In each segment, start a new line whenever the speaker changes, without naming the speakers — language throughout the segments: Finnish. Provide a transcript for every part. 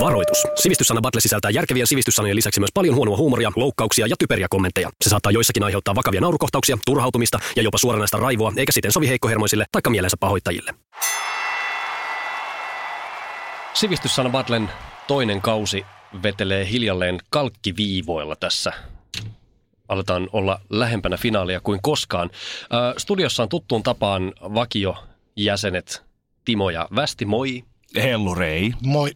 Varoitus. Sivistyssana Battle sisältää järkevien sivistyssanojen lisäksi myös paljon huonoa huumoria, loukkauksia ja typeriä kommentteja. Se saattaa joissakin aiheuttaa vakavia naurukohtauksia, turhautumista ja jopa suoranaista raivoa, eikä siten sovi heikkohermoisille tai mielensä pahoittajille. Sivistyssana Battlen toinen kausi vetelee hiljalleen kalkkiviivoilla tässä. Aletaan olla lähempänä finaalia kuin koskaan. Ö, studiossa on tuttuun tapaan vakiojäsenet Timo ja Västi, moi.
Hellurei.
Moi.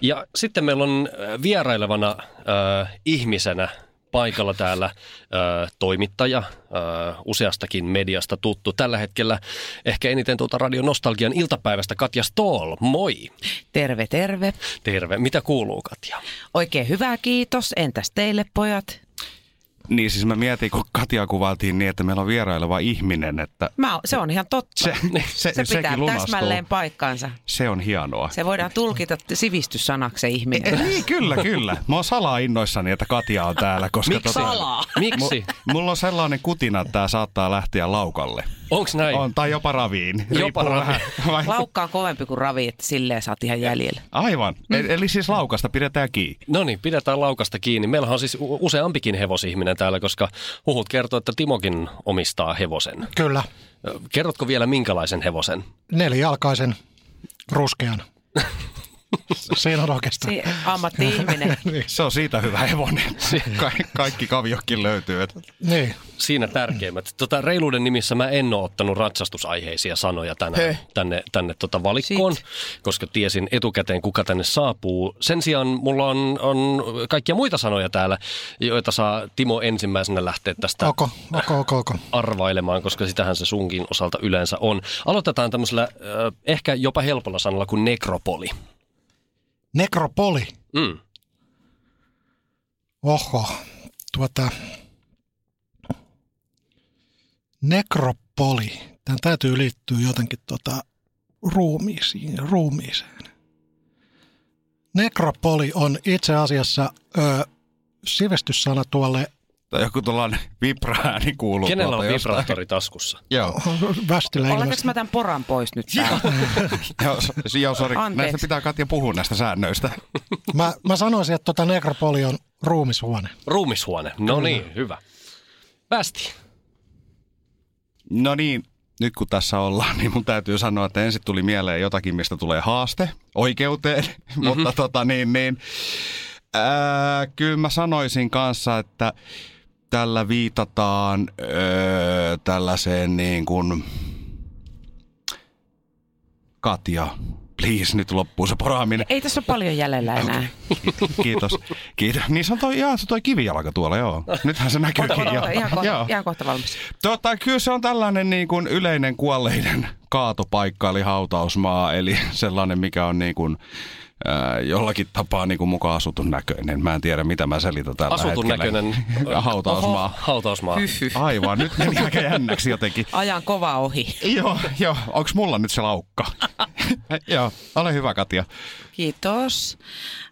Ja sitten meillä on äh, vierailevana äh, ihmisenä paikalla täällä äh, toimittaja, äh, useastakin mediasta tuttu. Tällä hetkellä ehkä eniten tuota Radio Nostalgian iltapäivästä Katja Stoll. Moi!
Terve, terve.
Terve. Mitä kuuluu Katja?
Oikein hyvää kiitos. Entäs teille pojat?
Niin siis mä mietin, kun Katia kuvailtiin niin, että meillä on vieraileva ihminen, että
Mä, oon- se on ihan totta.
se, se,
se pitää
sekin lunastuu.
täsmälleen paikkaansa.
Se on hienoa.
Se voidaan tulkita t- sivistyssanaksi se
Eh,
ihminen.
niin, kyllä, kyllä. Mä oon salaa innoissani, että Katia on täällä, koska tota-
Miksi salaa? Miksi?
Mu- mulla on sellainen kutina, että tää saattaa lähteä laukalle.
Onks näin?
On, tai jopa raviin.
Jopa
Riippuu
raviin.
vähän- vai-
Laukka on kovempi kuin ravi, että silleen saat ihan jäljellä.
Aivan.
Mm.
E- Eli siis laukasta pidetään kiinni.
No niin, pidetään laukasta kiinni. Meillähän on siis u- useampikin hevosihminen täällä, koska huhut kertoo, että Timokin omistaa hevosen.
Kyllä.
Ö, Kerrotko vielä minkälaisen hevosen?
Nelijalkaisen ruskean. Siinä on oikeastaan.
Si- ammatti-ihminen.
Se on siitä hyvä hevonen. Ka- kaikki kaviokin löytyy. Et
Niin.
Siinä tärkeimmät. Tota, reiluuden nimissä mä en ole ottanut ratsastusaiheisia sanoja tänään,
Heh.
tänne, tänne tota valikkoon,
Sit.
koska tiesin etukäteen, kuka tänne saapuu. Sen sijaan mulla on, on kaikkia muita sanoja täällä, joita saa Timo ensimmäisenä lähteä tästä
Oko, oko, oko, oko.
arvailemaan, koska sitähän se sunkin osalta yleensä on. Aloitetaan tämmöisellä äh, ehkä jopa helpolla sanalla kuin nekropoli.
Nekropoli.
Mm.
Oho. Tuota. Nekropoli. Tämän täytyy liittyä jotenkin tuota ruumiisiin, ruumiiseen. Nekropoli on itse asiassa ö, sivistyssana tuolle
Tai joku tuollainen vibraääni kuuluu.
Kenellä
tuolta
on
jostain.
vibraattori taskussa?
Joo.
västillä
Oletko
ilmeisesti.
mä tämän poran pois nyt? täältä?
Joo, s- joo sori.
Anteeksi.
Näistä pitää Katja puhua näistä säännöistä.
Mä, mä sanoisin, että tuota nekropoli on ruumishuone.
Ruumishuone. No niin, hyvä. Västi.
No niin, nyt kun tässä ollaan, niin mun täytyy sanoa, että ensin tuli mieleen jotakin, mistä tulee haaste oikeuteen, mm-hmm. mutta tota niin, niin ää, kyllä mä sanoisin kanssa, että tällä viitataan öö, tällaiseen niin kuin, Katja, please nyt loppuu se poraaminen.
Ei tässä ole paljon jäljellä enää.
Kiitos. Kiitos. Niin se on toi, jaa, se toi kivijalka tuolla, joo. Nythän se näkyykin.
Oota, oota,
joo.
ihan, kohta,
Joo.
ihan kohta valmis.
Tota, kyllä se on tällainen niin kuin yleinen kuolleiden kaatopaikka, eli hautausmaa, eli sellainen, mikä on niin kuin, äh, jollakin tapaa niin kuin mukaan asutun näköinen. Mä en tiedä, mitä mä selitän tällä
Asutun
hetkellä.
näköinen
hautausmaa.
Oho, hautausmaa.
Aivan, nyt meni aika jännäksi jotenkin.
Ajan kova ohi.
Joo, joo. Onks mulla nyt se laukka? joo, ole hyvä Katja.
Kiitos.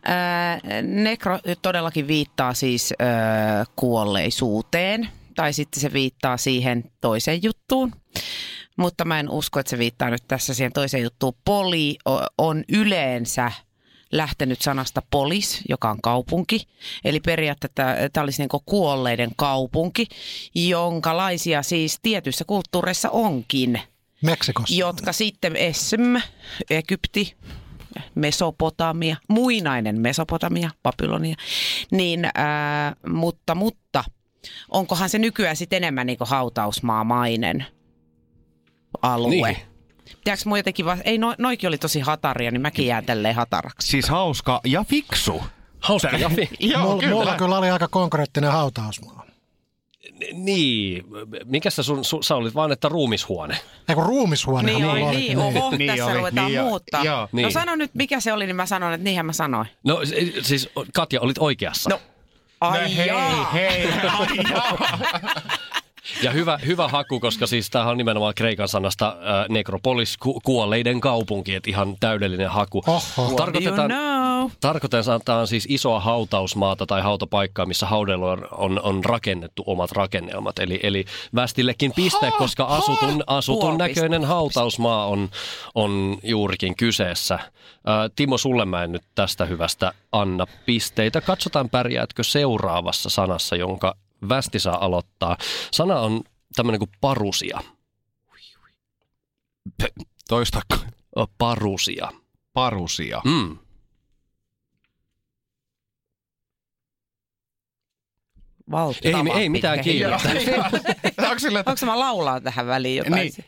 Ää, Nekro todellakin viittaa siis ää, kuolleisuuteen, tai sitten se viittaa siihen toiseen juttuun. Mutta mä en usko, että se viittaa nyt tässä siihen toiseen juttuun. Poli o- on yleensä lähtenyt sanasta polis, joka on kaupunki. Eli periaatteessa tämä olisi niin kuolleiden kaupunki, jonkalaisia siis tietyissä kulttuureissa onkin –
Meksikossa.
jotka sitten Esm, Egypti, Mesopotamia, muinainen Mesopotamia, Babylonia, niin, ää, mutta, mutta onkohan se nykyään sitten enemmän niin hautausmaamainen alue?
Niin.
Niin. Pitääkö mun jotenkin, va- ei no, noikin oli tosi hataria, niin mäkin jään tälleen hataraksi.
Siis hauska ja fiksu.
Hauska Jafi.
Joo,
mulla, kyllä. mulla kyllä oli aika konkreettinen hautausmaa.
Niin, mikä sä, sun, su, sä olit vaan, että ruumishuone.
Ei kun ruumishuone.
Niin,
mulla
oli,
oli.
niin, oho,
Niin
niin tässä
oli,
oli,
niin
ruvetaan niin
joo,
muuttaa.
joo.
Niin.
No sano nyt, mikä se oli, niin mä sanon, että niinhän mä sanoin.
No si- siis Katja, olit oikeassa.
No, ai no,
hei, hei.
Ja hyvä, hyvä haku, koska siis tämähän on nimenomaan kreikan sanasta äh, nekropolis, ku, kuolleiden kaupunki, että ihan täydellinen haku.
Oho.
Tarkoitetaan,
Do you know?
tarkoitetaan siis isoa hautausmaata tai hautapaikkaa, missä haudeilla on, on, on rakennettu omat rakennelmat. Eli, eli västillekin piste, koska asutun, asutun
Puoli
näköinen hautausmaa on, on juurikin kyseessä. Ää, Timo, sulle mä en nyt tästä hyvästä anna pisteitä. Katsotaan pärjäätkö seuraavassa sanassa, jonka västi saa aloittaa. Sana on tämmöinen kuin parusia.
Toista
Ö, Parusia.
parusia.
Mm. Ei,
Valtava
ei mitään
pitkä
kiirettä.
hiljaisuus.
Onko sillä, että...
Onko mä laulaa tähän väliin jotain?
Niin.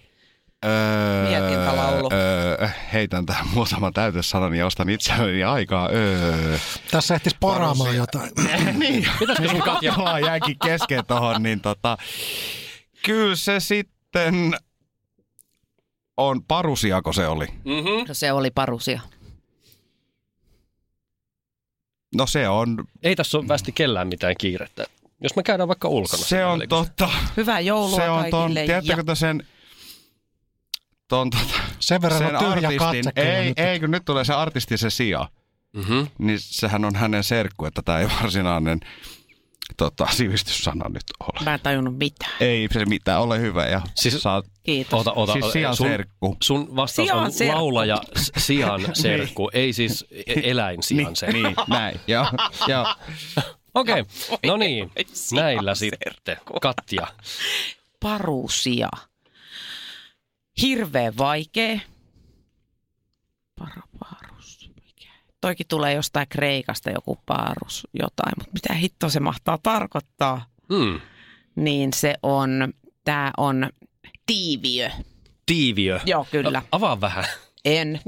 Öö,
Mietintälaulu.
Öö, heitän tähän muutaman täytesanan ja ostan itselleni aikaa. Öö.
Tässä ehtis poraamaan jotain.
niin.
Pitäisikö sun Katja?
Mulla jääkin kesken tohon, niin tota, kyllä se sitten on parusiako se oli.
Mm-hmm.
No se oli parusia.
No se on,
Ei tässä ole västi kellään mitään kiirettä. Jos me käydään vaikka ulkona.
se on
välillä, kun-
totta.
Hyvää joulua
Se on ton,
kaikille.
tiedättekö te sen, ton, tota,
Sen verran
sen
on tyhjä
artistin,
katse.
ei,
kyllä
ei, kun nyt tulee se artisti se sija,
Mm-hmm.
Mhm.
niin sehän on hänen serkku, että tämä ei varsinainen tota, sivistyssana nyt ole.
Mä en tajunnut mitään.
Ei se mitään, ole hyvä ja
Siis-
siis, saat,
Kiitos.
Ota, ota,
siis
ota.
sijan
sun,
serkku.
sun vastaus
Sian
on
serkku.
laulaja s- sian serkku, ei siis e- eläin sian
niin,
serkku.
niin, näin, joo, joo.
Okei, no niin,
Oi, sian
näillä
serkku.
sitten. Katja,
Parusia. Hirveän vaikea. Para, parus. Mikä? Toikin tulee jostain Kreikasta joku parus jotain, mutta mitä hittoa se mahtaa tarkoittaa?
mm.
Niin se on, tämä on tiiviö.
tiiviö.
Joo, kyllä.
A- Avaa vähän.
En.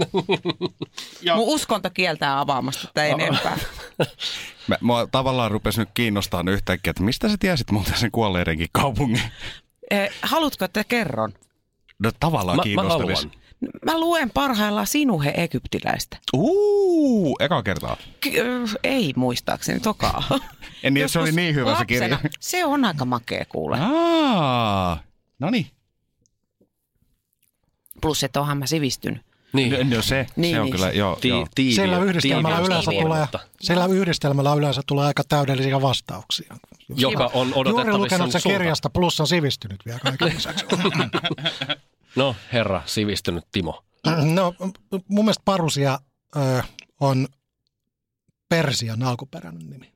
Mun uskonto kieltää avaamasta tätä enempää.
Mä, mua tavallaan rupesi nyt kiinnostaa yhtäkkiä, että mistä sä tiesit muuten sen kuolleidenkin kaupungin?
Eh, Haluatko, että kerron?
No tavallaan
Mä, mä
kiinnostavissa.
haluan.
Mä luen parhaillaan sinuhe egyptiläistä.
Uuu, eka kertaa.
Ky- ei muistaakseni tokaa.
En niin, että se oli
Joskus
niin hyvä se
lapsena.
kirja.
Se on aika makea kuule.
Aa, no niin.
Plus, että onhan mä sivistynyt.
Niin.
No, no se,
Niin,
se on
niin.
kyllä, joo,
Ti-
joo.
tiiviö.
Sillä yhdistelmällä,
tiiviö-
yleensä
tiiviö-
tulee,
mutta-
sillä yhdistelmällä yleensä tulee aika täydellisiä vastauksia.
Joka on
Juuri
odotettavissa
lukenut sen
sulta.
kirjasta, plus on sivistynyt vielä kaiken lisäksi.
No herra, sivistynyt Timo.
No, mun mielestä parusia ö, on Persian alkuperäinen nimi.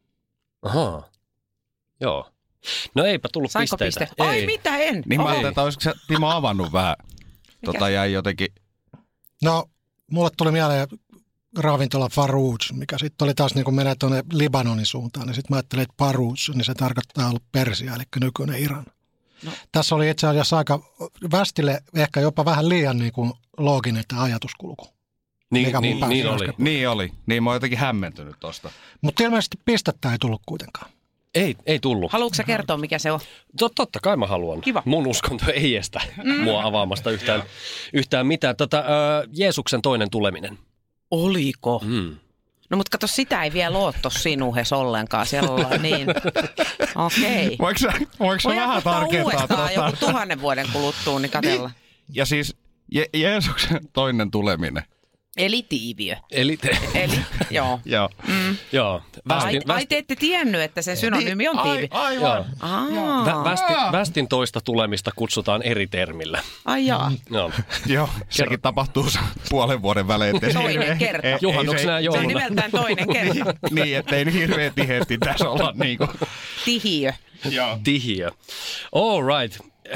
Ahaa. Joo. No eipä tullut
Sainko
pisteitä.
piste? Ai mitä en?
Niin mä
Okei.
ajattelin, että olisiko sä Timo avannut vähän. Tota jäi jotenkin,
No, mulle tuli mieleen ravintola Farouj, mikä sitten oli taas niin kun menee tuonne Libanonin suuntaan, niin sitten mä ajattelin, että Parouj, niin se tarkoittaa ollut Persia, eli nykyinen Iran.
No.
No. Tässä oli itse asiassa aika västille ehkä jopa vähän liian niin kuin looginen tämä ajatuskulku.
Niin,
Mikä mun
niin,
pääsi
niin oli.
äsken?
niin oli, niin mä oon jotenkin hämmentynyt tosta.
Mutta ilmeisesti pistettä ei tullut kuitenkaan.
Ei, ei tullut.
Haluatko sä kertoa, mikä se on?
Tot, totta kai mä haluan.
Kiva. Mm.
Mun uskonto ei estä mua avaamasta yhtään, yhtään mitään. Tätä, ö, Jeesuksen toinen tuleminen.
Oliko?
Mm.
No mutta kato, sitä ei vielä ole tuossa sinuhes ollenkaan. Siellä ollaan niin. Okei.
Voiko sä, voiko sä
Voidaan
vähän
ottaa
tarkentaa
uudestaan
tota?
joku tuhannen vuoden kuluttua, niin katella.
Ja siis Je- Jeesuksen toinen tuleminen. Niin.
Eli tiiviö.
Eli,
Eli, joo. Mm.
Joo.
joo,
Ai,
västin,
ai,
västin,
te ette tiennyt, että
Niin.
sen synonyymi No, on tiivi.
joo,
Aivan.
Aa,
vä, västin, västin toista tulemista kutsutaan eri termillä.
ai jaa.
Joo.
Joo, sekin tapahtuu se puolen vuoden välein. ettei
Toinen
hirveä-
kerta.
ei- ei
Juhannuksena ja
se-
Se on
jouluna.
nimeltään toinen kerta.
Niin, ettei nyt hirveän tiheästi tässä olla niinku.
Tihiö.
Joo.
Tihiö. All right. Ö,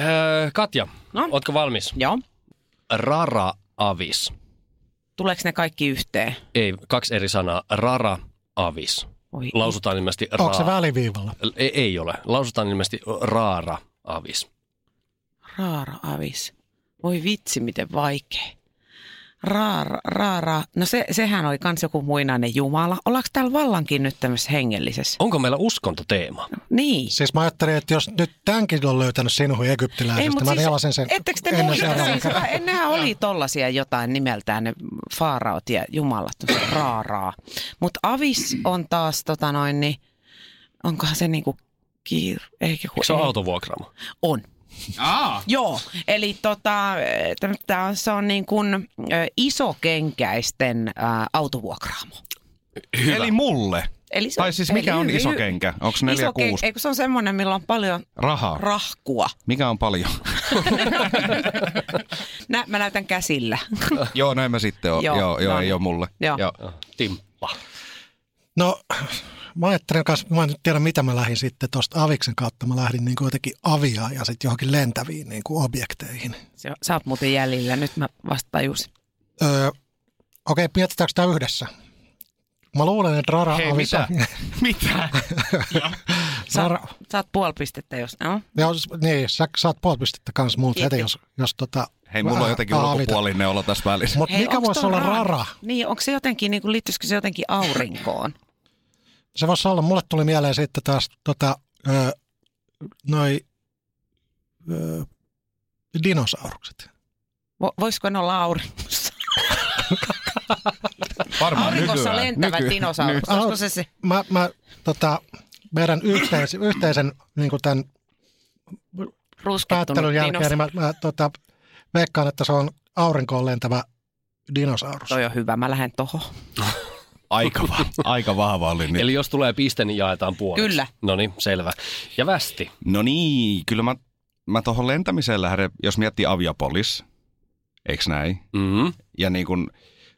Katja, no?
No?
ootko valmis?
Joo.
Rara avis.
Tuleeko ne kaikki yhteen?
Ei, kaksi eri sanaa. Rara avis.
Oi,
Lausutaan ilmeisesti
Onko se
raa.
väliviivalla?
Ei, ei ole. Lausutaan ilmeisesti raara avis.
raara avis. Voi vitsi, miten vaikea. Raara, raara. No se, sehän oli kans joku muinainen jumala. Ollaanko täällä vallankin nyt tämmöisessä hengellisessä?
Onko meillä uskontoteema?
Niin.
Siis mä ajattelin, että jos nyt tämänkin on löytänyt sinun egyptiläisestä, mä siis, sen
ettekö te
ennen
muista
seuraavaa
siis,
kertaa.
vähän- nehän oli tollasia jotain nimeltään ne faaraot ja jumalat, tämmöset raaraa. Mutta avis on taas tota noin, niin onkohan se niinku kiir... Eikä kun,
Eikö se ole
ei.
autovuokraamo?
On.
Aa,
Joo, eli tota, tämä on, se on niin kuin ö, isokenkäisten ä, autovuokraamo.
Hyvä.
eli mulle.
Eli
Tai siis mikä
eli
on
hy-
iso
hy-
kenkä? Onko neljä
Iso
kuusi?
kenkä, eikö se on semmoinen, millä on paljon
Rahaa.
rahkua.
Mikä on paljon?
Nä, mä näytän käsillä.
joo, näin mä sitten oon. Joo,
Joo,
joo, joo
no
ei
niin.
ole mulle.
Joo.
Joo. Ah, Timppa.
No, mä ajattelen kanssa, mä en nyt tiedä mitä mä lähdin sitten tuosta Aviksen kautta. Mä lähdin niin kuin jotenkin avia ja sitten johonkin lentäviin niin kuin objekteihin.
Se, sä oot muuten jäljellä, nyt mä vasta tajusin.
Öö, Okei, okay, mietitäänkö tämä yhdessä? Mä luulen, että Rara
Hei,
Avisa...
mitä? Mitä?
Sä,
Rara,
sä oot puoli pistettä, jos... No.
joo, niin, sä saat puoli pistettä kanssa multa
Kiitti.
heti, jos, jos tota,
Hei, mulla on
vähän
jotenkin
aavita.
ulkopuolinen olo tässä välissä.
Mut mikä
onks
voisi
toi
olla Rara?
Niin, onko se jotenkin, niin kuin, liittyisikö se jotenkin aurinkoon?
Se voisi olla, mulle tuli mieleen sitten taas tota, öö, noi öö, dinosaurukset.
Vo, voisiko ne olla auringossa?
Varmaan
Auringossa
nykyään.
lentävät
Nyky-
dinosaurus.
ny-
Olisiko se se?
Mä, mä tota, meidän yhteis, yhteisen niin kuin tämän
ruskettunut
päättelyn jälkeen,
dinos.
niin mä, mä tota, veikkaan, että se on aurinkoon lentävä dinosaurus.
Toi on hyvä, mä lähden tohon.
Aika, va- aika vahva oli nyt.
Eli jos tulee piste, niin jaetaan puoliksi.
Kyllä.
No niin, selvä. Ja västi.
No niin, kyllä mä, mä tuohon lentämiseen lähden, jos miettii Aviapolis, eiks näin?
Mm-hmm.
Ja niin kuin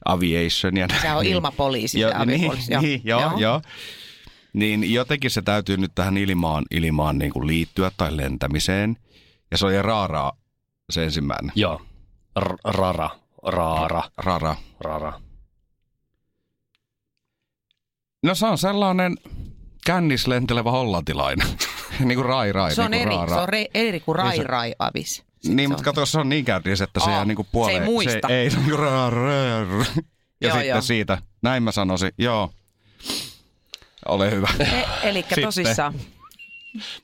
aviation ja näin.
Se on siis
niin.
ilmapoliisi,
Jo-
se avipoliisi.
Niin, niin, joo, joo. joo. Niin jotenkin se täytyy nyt tähän ilmaan, ilmaan niin kuin liittyä tai lentämiseen. Ja se on ja raaraa se ensimmäinen.
Joo. R- rara. Raara.
Rara.
Rara.
No se on sellainen kännis lentelevä hollantilainen. niin kuin rai rai.
Se on
niin
eri,
kuin
se
raara.
on re, eri kuin
Niin
Rai
se-
Rai Avis. Sit
Niin,
se
mutta
on-
kato, se on niin kärtis, että se
Aa,
jää niinku
se ei
puoleen.
muista.
Se ei, se on niinku rää, rää, rää. Ja
Joo,
sitten
joo.
siitä, näin mä sanoisin, joo. Ole hyvä.
E, eli
Sitten.
tosissaan,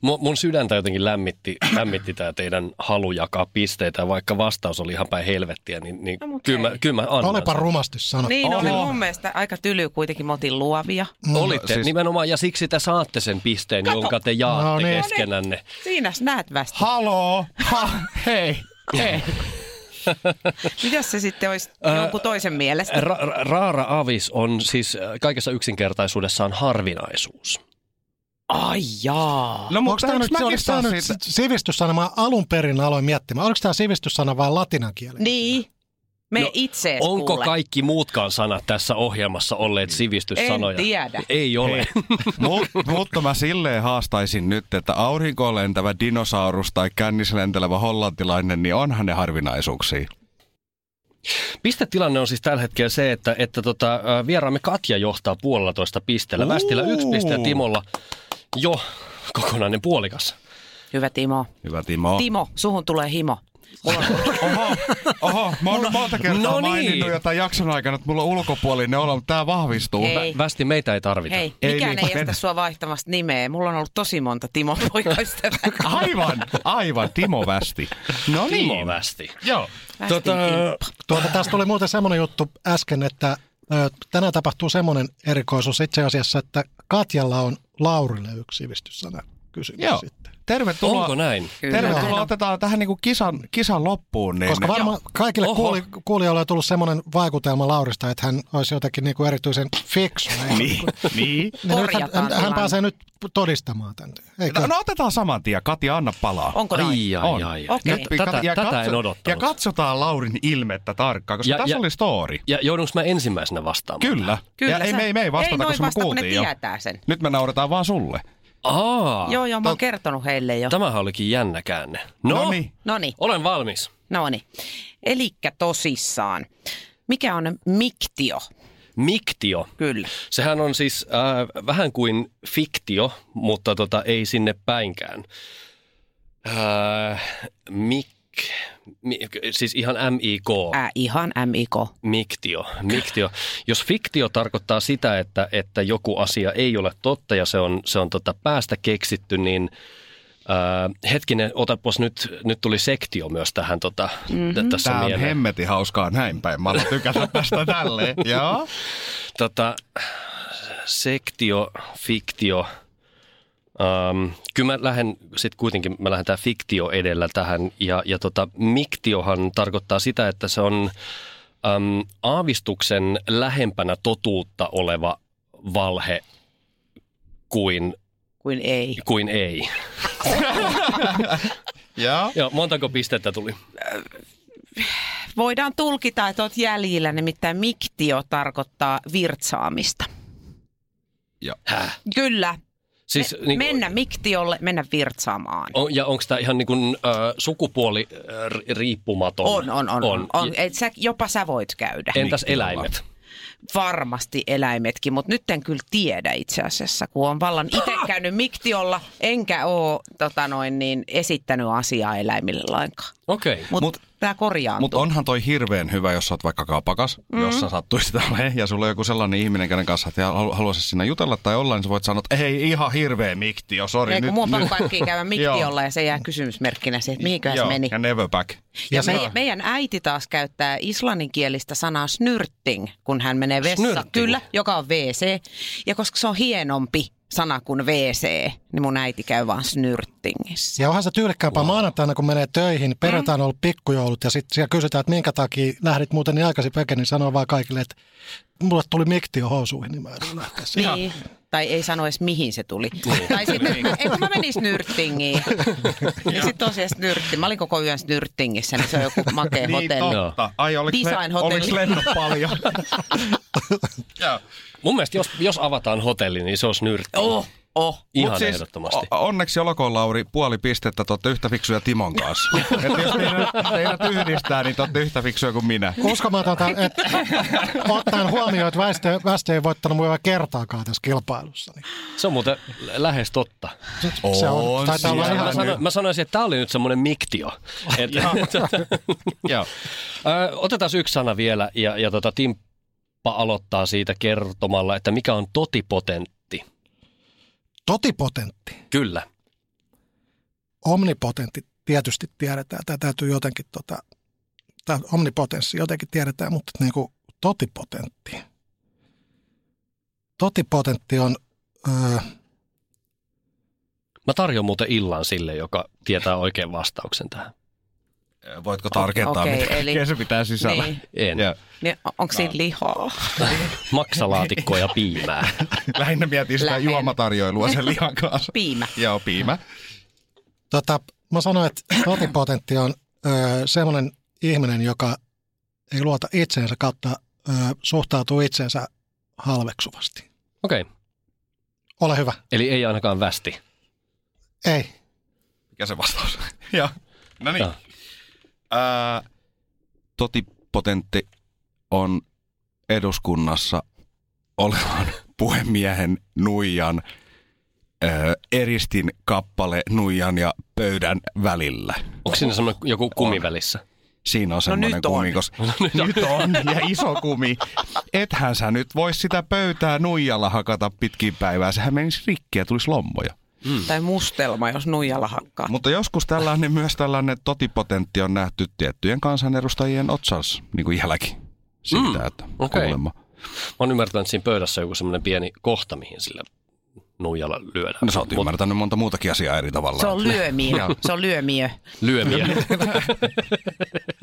Mun, mun sydäntä jotenkin lämmitti, lämmitti tämä teidän halu jakaa pisteitä, ja vaikka vastaus oli ihan päin helvettiä, niin, niin
No, mut
kyllä, mä,
hei.
kyllä mä annan
Olipa
sen.
rumasti sanottu.
niin oli
No Oho.
mun mielestä aika tyly kuitenkin, me oltiin luovia.
Olitte
Siis-
siis...
Niin-
nimenomaan, ja siksi te saatte sen pisteen, Kato. jonka te jaatte
No
no,
niin.
niin. keskenänne.
Siinä sä näet västi.
Haloo! Ha, hei! Hei!
Mitäs se sitten olisi jonkun toisen mielestä?
Ra- ra- raara avis on siis äh, kaikessa yksinkertaisuudessaan harvinaisuus.
Ai jaa.
No
Onko
mutta
tämä
eikö
nyt, oliko
mäkin
tämä
saa
nyt
siitä?
sivistyssana? Mä alun perin aloin miettimään, oliko tämä sivistyssana vai latinan kieli?
Niin. Me
No,
no, itse
Onko
kuule.
kaikki muutkaan sanat tässä ohjelmassa olleet sivistyssanoja?
En tiedä.
E-
Ei ole.
Ei. Mut, mutta mä silleen haastaisin nyt, että aurinkoon lentävä dinosaurus tai kännissä lentelevä hollantilainen, niin onhan ne harvinaisuuksia.
Pistetilanne on siis tällä hetkellä se, että, että tota, ää, vieraamme Katja johtaa puolellatoista pisteellä. Västillä yksi piste ja
Uu.
Timolla jo kokonainen puolikas.
Hyvä Timo.
Hyvä Timo.
Timo, suhun tulee himo. Mulla on-
Oho, oho, mä oon monta kertaa
No
no
niin.
niin. maininnut jotain jakson aikana, että mulla on ulkopuolinen olo, mutta tää vahvistuu.
Ei.
Vä- Västi, meitä ei tarvita.
Hei,
Ei niin,
mikään ei
mitään.
estä sua vaihtamasta nimeä. Mulla on ollut tosi monta Timo poikaista.
Aivan, aivan, Timo Västi. No niin.
Timo Västi.
Joo.
Västin
Tota,
kimppa.
Tuota, tästä tuli muuten semmoinen juttu äsken, että ö, tänään tapahtuu semmoinen erikoisuus itse asiassa, että Katjalla on Laurille yksi sivistyssana kysymys
Joo.
sitten.
Tervetuloa.
Onko näin?
Kyllä.
Tervetuloa,
Näin on.
otetaan tähän niinku kisan, kisan loppuun. Niin
Koska varmaan kaikille
Oho.
kuuli, kuulijoille on tullut semmoinen vaikutelma Laurista, että hän olisi jotenkin niin kuin erityisen fiksu.
Niin, niin.
Niin nyt hän,
Korjataan
hän, hän
tilanne.
pääsee nyt todistamaan tämän. Eikö?
No otetaan saman tien. Katja, anna palaa.
Onko näin?
Ai, ai,
On.
ai.
Okei.
Nyt, Niin. tätä,
ja
tätä
katso-
en odottanut.
Ja katsotaan Laurin ilmettä tarkkaan, koska
Ja-
tässä
ja-
oli story.
Ja joudunko mä ensimmäisenä vastaamaan?
Kyllä.
Kyllä,
ja ei,
sä-
me, ei, me ei vastata,
ei
koska
me
me kuultiin
ne
jo.
tietää sen.
Nyt me nauretaan vaan sulle.
Aa,
Joo, joo, mä oon kertonut heille jo.
tämähän olikin jännä käänne. No,
No niin.
No niin,
olen valmis.
no niin. Elikkä tosissaan. Mikä on miktio?
Miktio.
Kyllä.
Sehän on siis äh, vähän kuin fiktio, mutta tota, ei sinne päinkään. Äh, mik, mi, siis ihan MIK,
Ää, ihan MIK.
miktio, miktio. Jos fiktio tarkoittaa sitä, että, että joku asia ei ole totta ja se on, se on tota päästä keksitty, niin äh, hetkinen, otapas nyt, nyt tuli sektio myös tähän tota, mm-hmm. tässä
Tää on
mieleen.
hemmetin hauskaa näin päin. Mä alan tykätä tästä tälleen. Joo.
Tota, sektio, fiktio, Ähm, kyllä mä lähden sitten kuitenkin, mä lähden tämä fiktio edellä tähän ja, ja tota, miktiohan tarkoittaa sitä, että se on äm, aavistuksen lähempänä totuutta oleva valhe kuin,
kuin ei.
kuin ei.
Joo.
Joo, montako pistettä tuli?
Voidaan tulkita, että olet jäljillä, nimittäin miktio tarkoittaa virtsaamista.
Joo.
Häh?
Kyllä,
Siis,
Me, niin, mennä miktiolle, mennä virtsaamaan.
On, ja onko tämä ihan niin kuin, äh, sukupuoli äh, ri- riippumaton?
On, on, on. on. on.
Ja-
Et sä, jopa sä voit käydä. En.
Entäs
Miktiolla.
eläimet?
Varmasti eläimetkin, mutta nyt en kyllä tiedä itse asiassa, kun on vallan itse käynyt miktiolla, enkä ole tota noin, niin, esittänyt asiaa eläimille lainkaan.
Okei. Okay.
Mutta
Mut-
mut, tämä korjaantuu.
Mutta onhan toi hirveän hyvä, jos sä oot vaikka kaupakas,
Mm-hmm.
mm. jos sä sattuisit olemaan, ja sulla on joku sellainen ihminen, kenen kanssa että halu- haluaisit sinä jutella tai olla, niin sä voit sanoa, että ei ihan hirveä miktio, sori.
Ei, kun mua on pakko kaikkiin käydä
Joo.
miktiolla ja se jää kysymysmerkkinä se, että mihinköhän se
Joo,
meni.
Ja never back.
Ja
se-
me, meidän äiti taas käyttää islanninkielistä sanaa snyrting, kun hän menee vessaan.
Snyrting?
Kyllä, joka on WC. Ja koska se on hienompi sana kuin WC, niin mun äiti käy vaan snyrtingissä.
Ja onhan se tyylikkäämpää wow. maanantaina, kun menee töihin, perjantaina on ollut pikkujoulut ja sitten siellä kysytään, että minkä takia lähdit muuten niin aikaisin pöken, niin sanoo vaan kaikille, että mulle tuli miktio housuihin, niin mä en lähteä siihen.
Niin. Tai ei sano edes mihin se tuli.
Niin.
Tai sitten, että eikö mä menin snyrtingiin.
Niin.
ja sitten tosiaan snyrtti. Mä olin koko yön snyrtingissä, niin se on joku makea
Niin
hotelli.
totta. Ai, oliko,
Design
le-
hotelli.
oliko lennot paljon? Joo.
Mun mielestä jos, jos avataan hotelli, niin se on snyrtti.
Oh, oh.
Ihan
Mut
siis, ehdottomasti.
o- onneksi olkoon Lauri puoli pistettä, te olette yhtä fiksuja Timon kanssa. Et jos teidät, teidät yhdistää, niin te olette yhtä fiksuja kuin minä.
Uskomatonta, että ottaen huomioon, että Väistö, Väistö ei voittanut mua vielä kertaakaan tässä kilpailussa. Niin
Se on muuten lä- lähes totta.
se on, taitaa olla
siellä
Mä,
ihan...
nyt.
sano, mä sanoisin, että tämä oli nyt semmoinen miktio. Et,
Joo.
otetaan yksi sana vielä ja, ja tota, Timppa aloittaa siitä kertomalla, että mikä on totipotentti.
Totipotentti,
Kyllä.
omnipotentti tietysti tiedetään. Tämä täytyy jotenkin, tota, tämä omnipotenssi jotenkin tiedetään, mutta niin kuin totipotentti. Totipotentti on, öö,
Mä tarjon muuten illan sille, joka tietää oikein vastauksen tähän.
Voitko tarkentaa,
Okei,
okay, mitä
eli-
eli... se pitää sisällä?
Niin.
En.
Joo.
Niin, on- onko
No.
siinä lihaa?
Maksalaatikkoa ja piimää.
Lähinnä mietin sitä
Lähen.
juomatarjoilua sen lihan kanssa.
Piimä.
Joo, piimä.
tota, mä sanoin, että totipotentti on öö, semmoinen ihminen, joka ei luota itseensä kautta öö, suhtautuu itseensä halveksuvasti.
Okei, okay.
Ole hyvä.
eli ei ainakaan västi.
Ei.
Mikä se vastaus? Joo. No niin.
Joo.
Ää, totipotentti on eduskunnassa olevan puhemiehen nuijan ää, eristin kappale nuijan ja pöydän välillä.
Onko siinä semmoinen joku kumi välissä?
Siinä on semmoinen
No nyt on.
kumi, koska No nyt on ja iso kumi. Ethän sä nyt vois sitä pöytää nuijalla hakata pitkin päivää. Sehän menisi rikki ja tulisi lommoja. Mm.
Tai mustelma, jos nuijalla hakkaa.
Mutta joskus tällainen, myös tällainen totipotentti on nähty tiettyjen kansanedustajien otsas niin kuin jälki siitä,
Mm,
mm, että
okei.
okay. kuulemma.
Mä oon ymmärtänyt, että siinä pöydässä on joku semmoinen pieni kohta, mihin sillä nuijalla lyödään.
No sä oot
Mut-
ymmärtänyt monta muutakin asiaa eri tavalla.
Se on lyömiö.
Joo.
Se on lyömiö.
Lyömiä.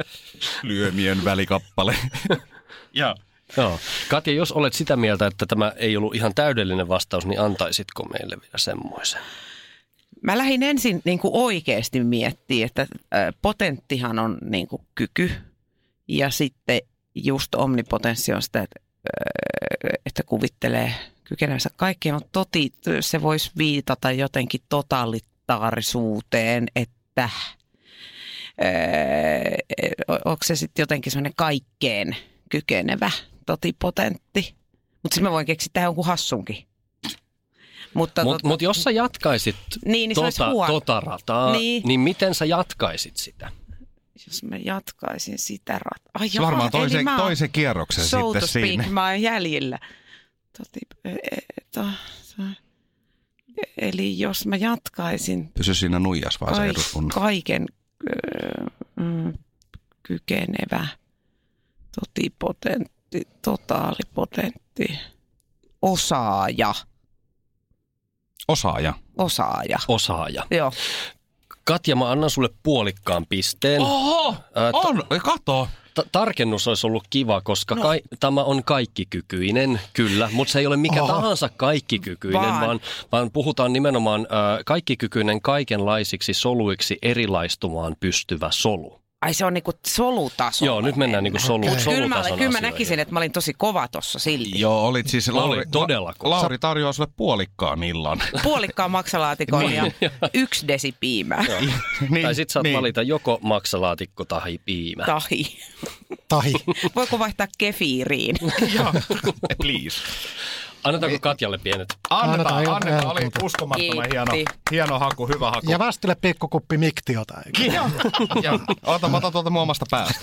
lyömien välikappale. ja.
Joo. Katja, jos olet sitä mieltä, että tämä ei ollut ihan täydellinen vastaus, niin antaisitko meille vielä semmoisen?
Mä lähdin ensin niin kuin oikeasti miettimään, että ö, potenttihan on niin kuin kyky ja sitten just omnipotenssi on sitä, että, ö, että kuvittelee kykenevänsä kaikkea, mutta toti, se voisi viitata jotenkin totalitaarisuuteen, että ö, onko se sitten jotenkin semmoinen kaikkeen kykenevä totipotentti. Mutta sitten mä voin keksiä tähän jonkun hassunkin.
Mutta
Mutta tota-
mut jos sä jatkaisit
Niin, niin se olisi
tota,
huono.
tota rataa, niin.
Niin.
niin miten sä jatkaisit sitä?
jos mä jatkaisin sitä rataa. Ai
Se varmaan toisen,
mä oon
toisen kierroksen
so to
sitten
speak,
siinä.
Mä oon jäljillä. Toti, e, e, to, to. E, Eli jos mä jatkaisin
Pysy siinä nuijas vaan se
kaik,
eduskunnan.
kaiken ö, mm, kykenevä totipotentti, totaalipotentti, osaaja.
Osaaja.
Osaaja.
Osaaja.
Joo.
Katja, mä annan sulle puolikkaan pisteen.
Oh!
Oho,
Ää, t-
on, kato.
Ta- tarkennus olisi ollut kiva, koska no. kai- tämä on kaikkikykyinen, kyllä, mutta se ei ole mikä Oho.
Oho.
tahansa kaikkikykyinen, vaan,
Vaan.
vaan, vaan puhutaan nimenomaan ö, kaikkikykyinen kaikenlaisiksi soluiksi erilaistumaan pystyvä solu.
Ai se on niinku solutaso.
Joo, nyt mennään niinku solu,
Okei.
solutason
Kyllä mä, kyllä mä
asioihin.
näkisin, että mä olin tosi kova tossa silti.
Joo, olit siis Lauri.
Oli todella kova.
Lauri tarjoaa sulle puolikkaan illan.
Puolikkaan maksalaatikon ja yksi desi piimää.
niin,
Tai sit saat niin. valita joko maksalaatikko tai piimä.
Tahi.
Tahi.
Voiko vaihtaa kefiiriin?
Joo. Please.
Annetaanko Katjalle pienet?
Annetaan,
Annetaan,
joo,
annetaan. Oli
ehdottomasti.
uskomattoman
Kiitti.
hieno, hieno haku, hyvä haku.
Ja västille pikkukuppi miktiota. eikö?
Joo. Joo. Ota, mä otan tuolta muomasta päästä.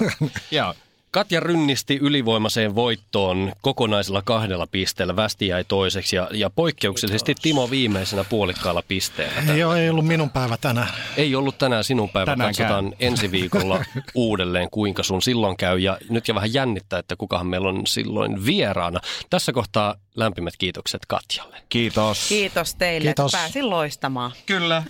Joo.
Katja rynnisti ylivoimaiseen voittoon kokonaisella kahdella pisteellä. Västi jäi toiseksi ja, ja poikkeuksellisesti Timo viimeisenä puolikkaalla pisteellä.
Ei, ole, ei ollut minun päivä tänään.
Ei ollut tänään sinun päivä.
Tänäänkään.
Katsotaan ensi viikolla uudelleen, kuinka sun silloin käy. Ja nyt jo vähän jännittää, että kukahan meillä on silloin vieraana. Tässä kohtaa lämpimät kiitokset Katjalle.
Kiitos.
Kiitos teille,
Kiitos.
että pääsin loistamaan.
Kyllä.